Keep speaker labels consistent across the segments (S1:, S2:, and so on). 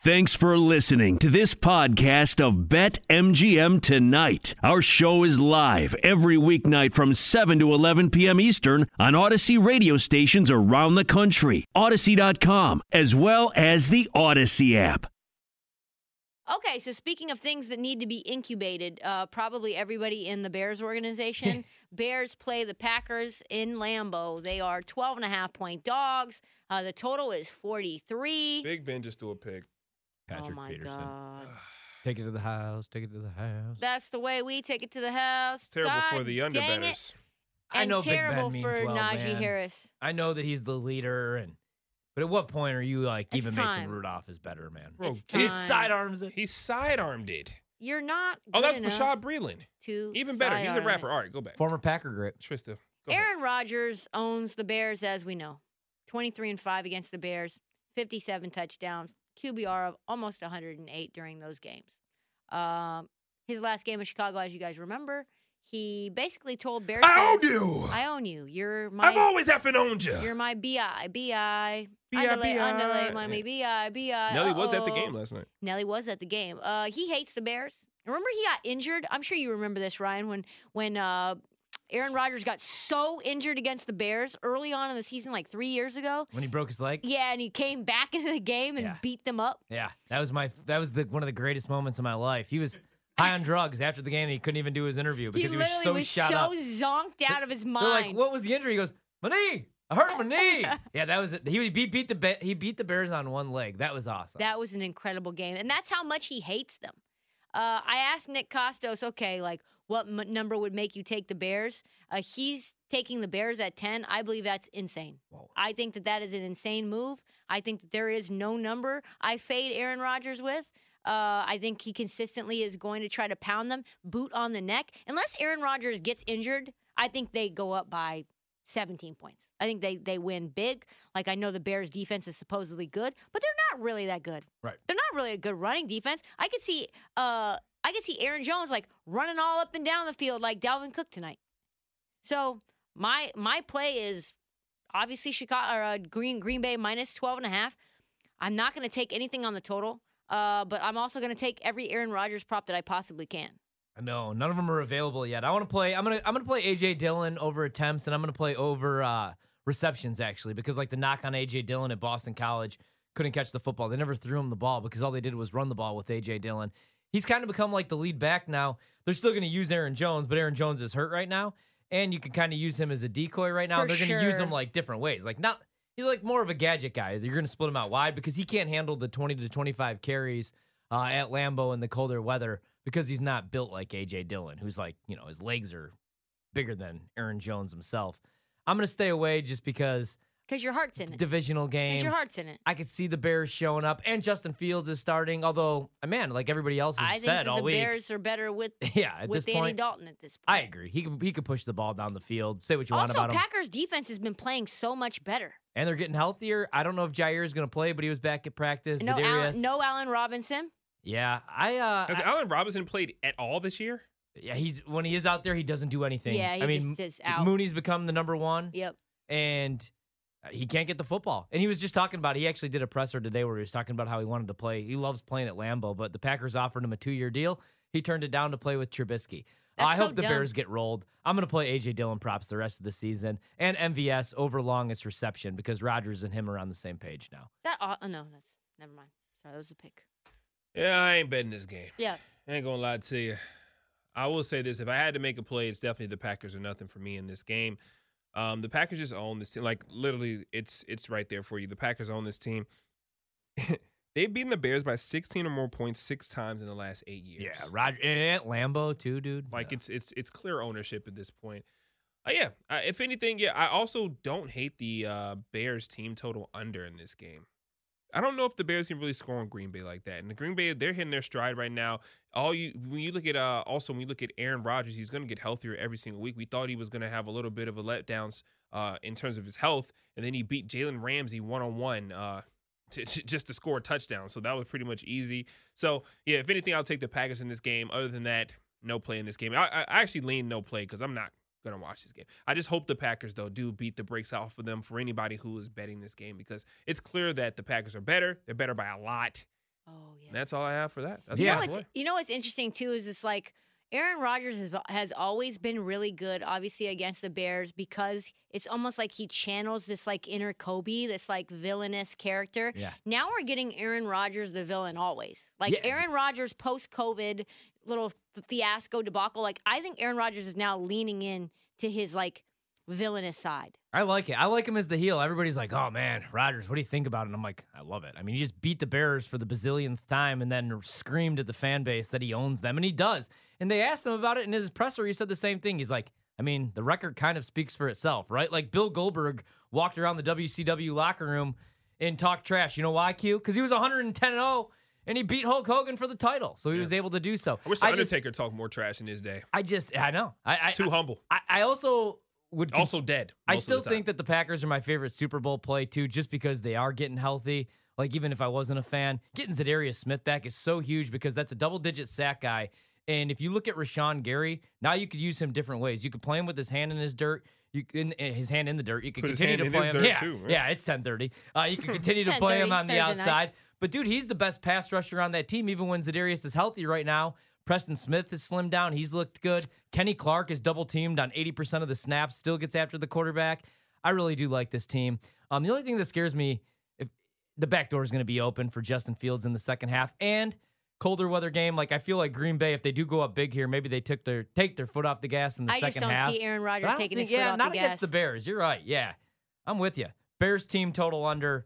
S1: Thanks for listening to this podcast of Bet MGM Tonight. Our show is live every weeknight from 7 to 11 p.m. Eastern on Odyssey radio stations around the country, Odyssey.com, as well as the Odyssey app.
S2: Okay, so speaking of things that need to be incubated, uh, probably everybody in the Bears organization. Bears play the Packers in Lambeau. They are 12 and a half point dogs. Uh, the total is 43.
S3: Big Ben just threw a pick.
S2: oh
S4: Patrick
S2: my
S4: Peterson.
S2: God.
S4: Take it to the house. Take it to the house.
S2: That's the way we take it to the house.
S3: It's terrible for
S2: God
S3: the
S2: dang it.
S3: underbetters.
S2: And
S4: I know Big Ben
S2: terrible
S4: means
S2: for
S4: well,
S2: Najee
S4: man.
S2: Harris.
S4: I know that he's the leader, and but at what point are you like
S2: It's
S4: even
S2: time.
S4: Mason Rudolph is better, man?
S3: Bro,
S2: It's
S4: He
S3: get-
S2: time.
S4: sidearms it.
S3: He sidearmed it.
S2: You're not.
S3: Oh,
S2: good
S3: that's
S2: enough
S3: Bashad Breeland.
S2: To
S3: Even better. He's a
S2: sidearm
S3: rapper.
S2: it.
S3: All right, go back.
S4: Former Packer grip.
S3: Trista. Go ahead.
S2: Aaron Rodgers owns the Bears as we know. 23 and 5 against the Bears, 57 touchdowns, QBR of almost 108 during those games. Um, his last game in Chicago, as you guys remember, he basically told Bears
S3: I own
S2: fans,
S3: you.
S2: I own you. You're my
S3: I've always effing owned you.
S2: you're my BI, BI.
S3: B.I.,
S2: Underlay,
S3: B.I..
S2: underlay, mommy, BI, BI.
S3: Nelly was at the
S2: uh-oh.
S3: game last night.
S2: Nelly was at the game. Uh, he hates the Bears. Remember, he got injured. I'm sure you remember this, Ryan. When when uh, Aaron Rodgers got so injured against the Bears early on in the season, like three years ago.
S4: When he broke his leg.
S2: Yeah, and he came back into the game and
S4: Yeah.
S2: beat them up.
S4: Yeah, that was my that was the one of the greatest moments of my life. He was high on drugs after the game. and He couldn't even do his interview because
S2: he
S4: he,
S2: literally
S4: was so shot up.
S2: zonked out of his mind.
S4: They're like, "What was the injury?" He goes, "My knee. I hurt my knee." yeah, that was it. He beat beat the Ba- he beat the Bears on one leg. That was awesome.
S2: That was an incredible game, and that's how much he hates them. Uh, I asked Nick Costos, okay, like what m- number would make you take the Bears? Uh, he's taking the Bears at ten. I believe that's insane.
S4: Whoa.
S2: I think that that is an insane move. I think that there is no number I fade Aaron Rodgers with. Uh, I think he consistently is going to try to pound them, boot on the neck. Unless Aaron Rodgers gets injured, I think they go up by 17 points. I think they they win big. Like I know the Bears defense is supposedly good, but they're not really that good.
S4: Right.
S2: They're not really a good running defense. I could see uh I could see Aaron Jones like running all up and down the field like Dalvin Cook tonight. So my my play is obviously Chicago or uh, Green Green Bay minus 12 and a half. I'm not going to take anything on the total, uh, but I'm also going to take every Aaron Rodgers prop that I possibly can.
S4: No, none of them are available yet. I want to play. I'm gonna I'm gonna play AJ Dillon over attempts, and I'm gonna play over uh, receptions actually, because like the knock on AJ Dillon at Boston College couldn't catch the football. They never threw him the ball because all they did was run the ball with AJ Dillon. He's kind of become like the lead back now. They're still gonna use Aaron Jones, but Aaron Jones is hurt right now, and you can kind of use him as a decoy right now.
S2: For
S4: They're gonna use
S2: sure.
S4: him like different ways, like not. He's like more of a gadget guy. You're going to split him out wide because he can't handle the 20 to 25 carries uh, at Lambeau in the colder weather because he's not built like AJ Dillon, who's like, you know, his legs are bigger than Aaron Jones himself. I'm going to stay away just because
S2: Because your heart's in it.
S4: divisional
S2: Because
S4: game.
S2: your heart's in it.
S4: I could see the Bears showing up and Justin Fields is starting, although, uh, man, like everybody else has
S2: I think
S4: said
S2: that
S4: all
S2: the
S4: week.
S2: Bears are better with
S4: yeah, at
S2: with
S4: this
S2: Danny
S4: point,
S2: Dalton at this
S4: I
S2: point.
S4: agree. He could, he could push the ball down the field. Say what you want
S2: also,
S4: about him.
S2: Packers defense has been playing so much better.
S4: And they're getting healthier. I don't know if Jair is going to play, but he was back at practice.
S2: No
S4: Za'Darius-
S2: Allen, no Allen Robinson.
S4: Yeah, I. Uh,
S3: Has
S4: I-
S3: Allen Robinson played at all this year?
S4: yeah, he's when he is out there, he doesn't do anything.
S2: Yeah, he
S4: I mean,
S2: just is out.
S4: Mooney's become the number one,
S2: Yep.
S4: and he can't get the football. And he was just talking about. He actually did a presser today where he was talking about how he wanted to play. He loves playing at Lambeau, but the Packers offered him a two-year deal. He turned it down to play with Trubisky.
S2: That's
S4: I
S2: so
S4: hope the
S2: dumb.
S4: Bears get rolled. I'm going to play AJ Dillon props the rest of the season and MVS over longest reception because Rodgers and him are on the same page now.
S2: That oh no, that's never mind. Sorry, that was a pick.
S3: Yeah, I ain't betting this game.
S2: Yeah.
S3: I ain't gonna lie to you. I will say this: if I had to make a play, it's definitely the Packers are nothing for me in this game. Um, the Packers just own this team. Like literally, it's it's right there for you. The Packers own this team. They've beaten the Bears by 16 or more points six times in the last eight years.
S4: Yeah, Roger and Lambeau too, dude.
S3: Like
S4: Yeah.
S3: it's it's it's clear ownership at this point. Uh, yeah, I, if anything, yeah, I also don't hate the uh, Bears team total under in this game. I don't know if the Bears can really score on Green Bay like that. And the Green Bay, they're hitting their stride right now. All you when you look at uh, also when you look at Aaron Rodgers, he's going to get healthier every single week. We thought he was going to have a little bit of a letdowns uh, in terms of his health, and then he beat Jalen Ramsey one on one just to score a touchdown. So that was pretty much easy. So yeah, if anything, I'll take the Packers in this game. Other than that, no play in this game. I, I- I actually lean no play because I'm not gonna watch this game. I just hope the Packers though do beat the brakes off of them for anybody who is betting this game because it's clear that the Packers are better. They're better by a lot,
S2: Oh yeah.
S3: And that's all I have for that. That's
S2: You
S4: Yeah.
S2: know,
S3: my
S2: what's,
S3: boy.
S2: you know what's interesting too is it's like Aaron Rodgers has, has always been really good, obviously against the Bears because it's almost like he channels this like inner Kobe, this like villainous character.
S4: Yeah.
S2: Now we're getting Aaron Rodgers the villain always. Like
S4: Yeah.
S2: Aaron Rodgers post COVID little f- fiasco debacle. Like I think Aaron Rodgers is now leaning in to his like villainous side.
S4: I like it. I like him as the heel. Everybody's like, "Oh man, Rodgers, what do you think about it?" And I'm like, "I love it." I mean, he just beat the Bears for the bazillionth time, and then screamed at the fan base that he owns them, and he does. And they asked him about it in his presser. He said the same thing. He's like, "I mean, the record kind of speaks for itself, right?" Like Bill Goldberg walked around the WCW locker room and talked trash. You know why, Q? Because he was 110 and 0, and he beat Hulk Hogan for the title, so he was able to do so.
S3: I wish the
S4: just-
S3: Undertaker talked more trash in his day.
S4: I just, I know. I, I
S3: Too humble.
S4: I, I also would
S3: Also dead.
S4: I
S3: most of
S4: still
S3: the time.
S4: think that the Packers are my favorite Super Bowl play too, just because they are getting healthy. Like even if I wasn't a fan, getting Zadarius Smith back is so huge because that's a double-digit sack guy. And if you look at Rashawn Gary, now you could use him different ways. You could play him with his hand in his dirt. You in, in his hand in the dirt. You could
S3: Put his
S4: continue to
S3: hand in
S4: play
S3: his
S4: him.
S3: dirt,
S4: yeah,
S3: too, right?
S4: yeah, it's ten thirty. Uh, you can continue to play him
S2: 10:30,
S4: on the
S2: Thursday night.
S4: outside. But dude, he's the best pass rusher on that team, even when Zadarius is healthy right now. Preston Smith has slimmed down. He's looked good. Kenny Clark is double teamed on 80% of the snaps, still gets after the quarterback. I really do like this team. Um, the only thing that scares me, if the back door is going to be open for Justin Fields in the second half and colder weather game. Like I feel like Green Bay, if they do go up big here, maybe they took their take their foot off the gas in the
S2: I
S4: second
S2: just don't
S4: half.
S2: see Aaron
S4: But
S2: Rodgers
S4: I don't
S2: taking
S4: think-
S2: his foot
S4: yeah,
S2: off
S4: not
S2: the gas.
S4: against the Bears. You're right. Yeah, I'm with you. Bears team total under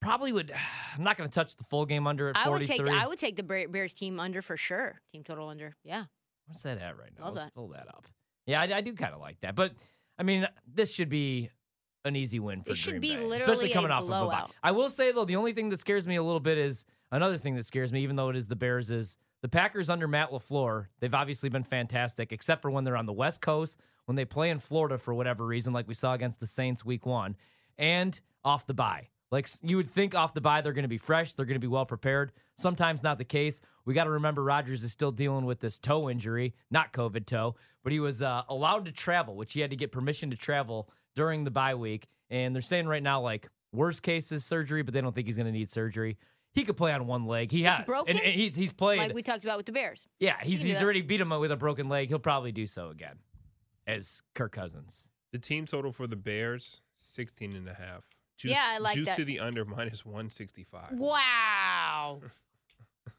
S4: probably would. I'm not going to touch the full game under at
S2: I would
S4: 43.
S2: take I would take the Bra- Bears team under for sure. Team total under. Yeah.
S4: What's that at right now?
S2: Love
S4: Let's
S2: that.
S4: pull that up. Yeah, I, I do kind of like that, but I mean, this should be an easy win for
S2: It should
S4: Green
S2: be
S4: Bay,
S2: literally
S4: especially
S2: a
S4: coming off of a bye.
S2: blowout.
S4: I will say though, the only thing that scares me a little bit is another thing that scares me, even though it is the Bears, is the Packers under Matt Lafleur. They've obviously been fantastic, except for when they're on the West Coast, when they play in Florida for whatever reason, like we saw against the Saints Week One, and off the bye. Like s- you would think off the bye, they're going to be fresh, they're going to be well prepared. Sometimes not the case. We got to remember Rodgers is still dealing with this toe injury, not COVID toe, but he was uh, allowed to travel, which he had to get permission to travel during the bye week. And they're saying right now, like worst case is surgery, but they don't think he's going to need surgery. He could play on one leg. He has,
S2: broken?
S4: and, and he's he's played.
S2: Like we talked about with the Bears.
S4: yeah, he's
S2: can do
S4: he's
S2: that.
S4: already beat him with a broken leg. He'll probably do so again, as Kirk Cousins.
S3: The team total for the Bears, 16 and a half. Juice,
S2: Yeah, I like
S3: juice
S2: that.
S3: to the under minus 165.
S2: Wow.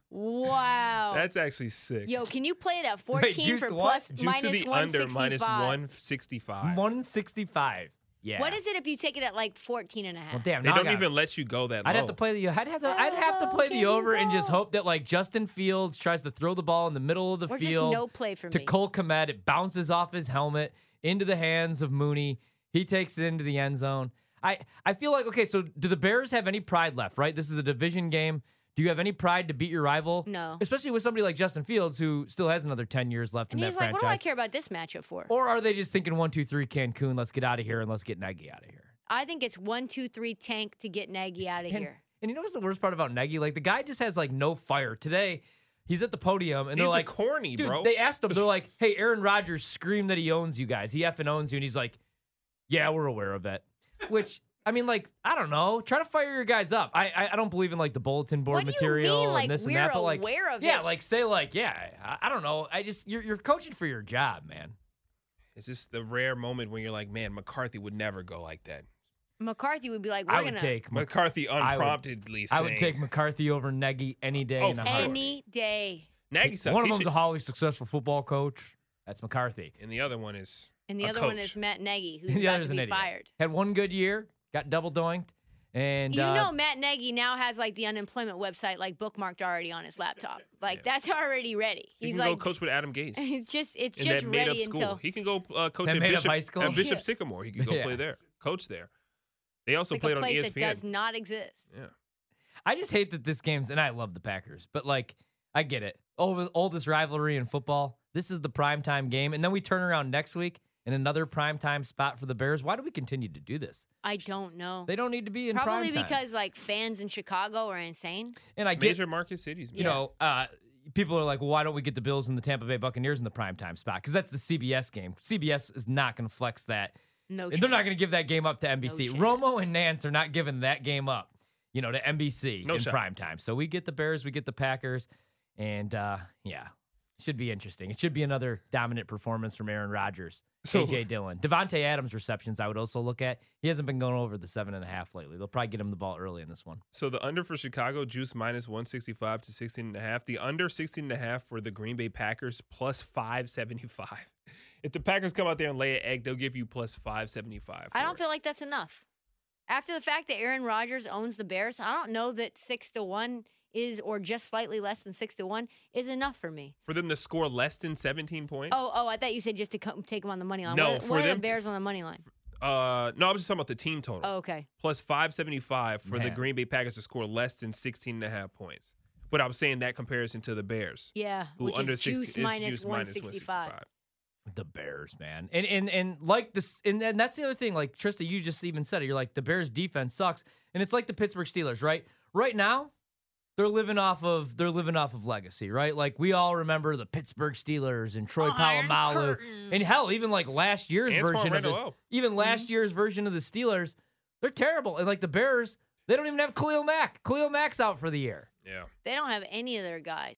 S2: wow.
S3: That's actually sick.
S2: Yo, can you play it at
S4: Wait,
S2: 14
S4: juice
S2: for
S4: to what?
S2: plus
S3: juice to
S2: minus
S3: the under minus
S2: 165?
S3: 165.
S4: One sixty five. Yeah.
S2: What is it if you take it at like 14 and a half?
S4: Well, damn.
S3: They
S4: now I
S3: don't
S4: gotta-
S3: even Oh. let you go that
S4: I'd
S3: low.
S4: have to play the. I'd have to.
S2: How
S4: I'd have to
S2: low
S4: play
S2: Oh, can
S4: the
S2: you
S4: over and just
S2: go?
S4: hope that like Justin Fields tries to throw the ball in the middle of the
S2: or just
S4: field.
S2: no play for
S4: to
S2: me.
S4: Cole Komet. It bounces off his helmet into the hands of Mooney. He takes it into the end zone. I, I feel like, okay, so do the Bears have any pride left, right? This is a division game. Do you have any pride to beat your rival?
S2: No.
S4: Especially with somebody like Justin Fields, who still has another 10 years left
S2: and
S4: in
S2: he's
S4: that
S2: like,
S4: franchise.
S2: what do I care about this matchup for?
S4: Or are they just thinking one, two, three, Cancun, let's get out of here and let's get Nagy out of here?
S2: I think it's one, two, three tank to get Nagy out of
S4: And,
S2: here.
S4: and you know what's the worst part about Nagy? Like, the guy just has, like, no fire. Today, he's at the podium
S3: He's
S4: and they're
S3: a
S4: like,
S3: corny,
S4: Dude,
S3: bro.
S4: they asked him. They're like, "Hey, Aaron Rodgers screamed that he owns you guys. He effing owns you." And he's like, "Yeah, we're aware of it." Which I mean, like, I don't know. Try to fire your guys up. I I, I don't believe in like the bulletin board
S2: What do you
S4: material
S2: mean? Like,
S4: and this
S2: we're
S4: and that. But like,
S2: aware of
S4: yeah,
S2: it.
S4: like say like, yeah, I, I don't know. I just you're you're coaching for your job, man.
S3: it's just the rare moment when you're like, man, McCarthy would never go like that.
S2: McCarthy would be like, we're
S4: I would
S2: going to
S4: take Mc-
S3: McCarthy
S4: I would-
S3: unpromptedly
S4: I would
S3: saying,
S4: take McCarthy over Nagy any day.
S3: Oh,
S4: in a
S3: for sure.
S4: heartbeat.
S2: any day.
S3: Nagy sucks.
S4: One
S3: He
S4: of them's
S3: should-
S4: a highly successful football coach. That's McCarthy.
S3: and the other one is
S2: And the
S3: a
S2: other one
S3: coach.
S2: is Matt Nagy, who's
S4: The
S2: about
S4: other's
S2: to
S4: an
S2: be
S4: idiot.
S2: fired.
S4: Had one good year, got double doinked, and
S2: you
S4: uh,
S2: know Matt Nagy now has like the unemployment website like bookmarked already on his laptop. Like that's already ready.
S3: He
S2: He's
S3: can
S2: like
S3: go coach with Adam Gase.
S2: it's just it's
S3: in
S2: just
S3: that made up
S2: ready
S3: school.
S2: until
S3: He can go uh, coach
S4: That
S3: at
S4: made up
S3: Bishop,
S4: high school?
S3: at Bishop
S2: Yeah.
S3: Sycamore. He can go
S4: Yeah.
S3: play there, coach there. They also
S2: like
S3: played
S2: a
S3: on
S4: E
S3: E
S2: place
S3: ESPN.
S2: that does not exist.
S3: yeah.
S4: I just hate that this game's and I love the Packers, but like I get it. All, all this rivalry in football. This is the primetime game. And then we turn around next week in another primetime spot for the Bears. Why do we continue to do this?
S2: I don't know.
S4: They don't need to be in
S2: Probably
S4: primetime.
S2: because like fans in Chicago are insane.
S4: and I get
S3: Major market cities, man.
S4: you know, uh, people are like, well, why don't we get the Bills and the Tampa Bay Buccaneers in the primetime spot? Because that's the CBS game. CBS is not going to flex that.
S2: No,
S4: And they're not
S2: chance.
S4: going to give that game up to NBC.
S2: chance.
S4: Romo and Nance are not giving that game up. you know, to NBC
S3: No
S4: in
S3: shot.
S4: prime time. So we get the Bears, we get the Packers, and uh, yeah, should be interesting. It should be another dominant performance from Aaron Rodgers,
S3: So-
S4: AJ Dillon, Devonte Adams receptions. I would also look at. He hasn't been going over the seven and a half lately. They'll probably get him the ball early in this one.
S3: So the under for Chicago juice minus 165 to 16 and a half. The under 16 and a half for the Green Bay Packers plus 575. If the Packers come out there and lay an egg, they'll give you plus 575.
S2: I
S3: for
S2: don't
S3: it.
S2: feel like that's enough. After the fact that Aaron Rodgers owns the Bears, I don't know that six to one is or just slightly less than six to one is enough for me.
S3: for them to score less than 17 points.
S2: Oh, oh, I thought you said just to come, take him on the money line.
S3: No,
S2: what, are-
S3: for
S2: what are
S3: them
S2: the
S3: to-
S2: Bears on the money line?
S3: Uh, no, I was just talking about the team total.
S2: Oh, okay.
S3: Plus 575 for the
S4: Man.
S3: Green Bay Packers to score less than 16 and a half points. But I'm saying that comparison to the Bears.
S2: Yeah,
S3: Who
S2: which
S3: under
S2: is
S3: 60
S2: juice
S3: is
S2: minus
S3: juice
S2: one
S3: minus
S2: sixty five.
S3: 165.
S4: The Bears, man, and and and like this, and, and that's the other thing. Like Trista, you just even said it. You're like the Bears defense sucks, and it's like the Pittsburgh Steelers, right? Right now, they're living off of they're living off of legacy, right? Like we all remember the Pittsburgh Steelers and Troy
S2: Iron
S4: Polamalu,
S2: curtain.
S4: and hell, even like last year's
S3: Antoine
S4: version of
S3: Randall
S4: this,
S3: L.
S4: even last year's version of the Steelers, they're terrible, and like the Bears, they don't even have Khalil Mack. Khalil Mack's out for the year.
S3: Yeah.
S2: They don't have any of their guys.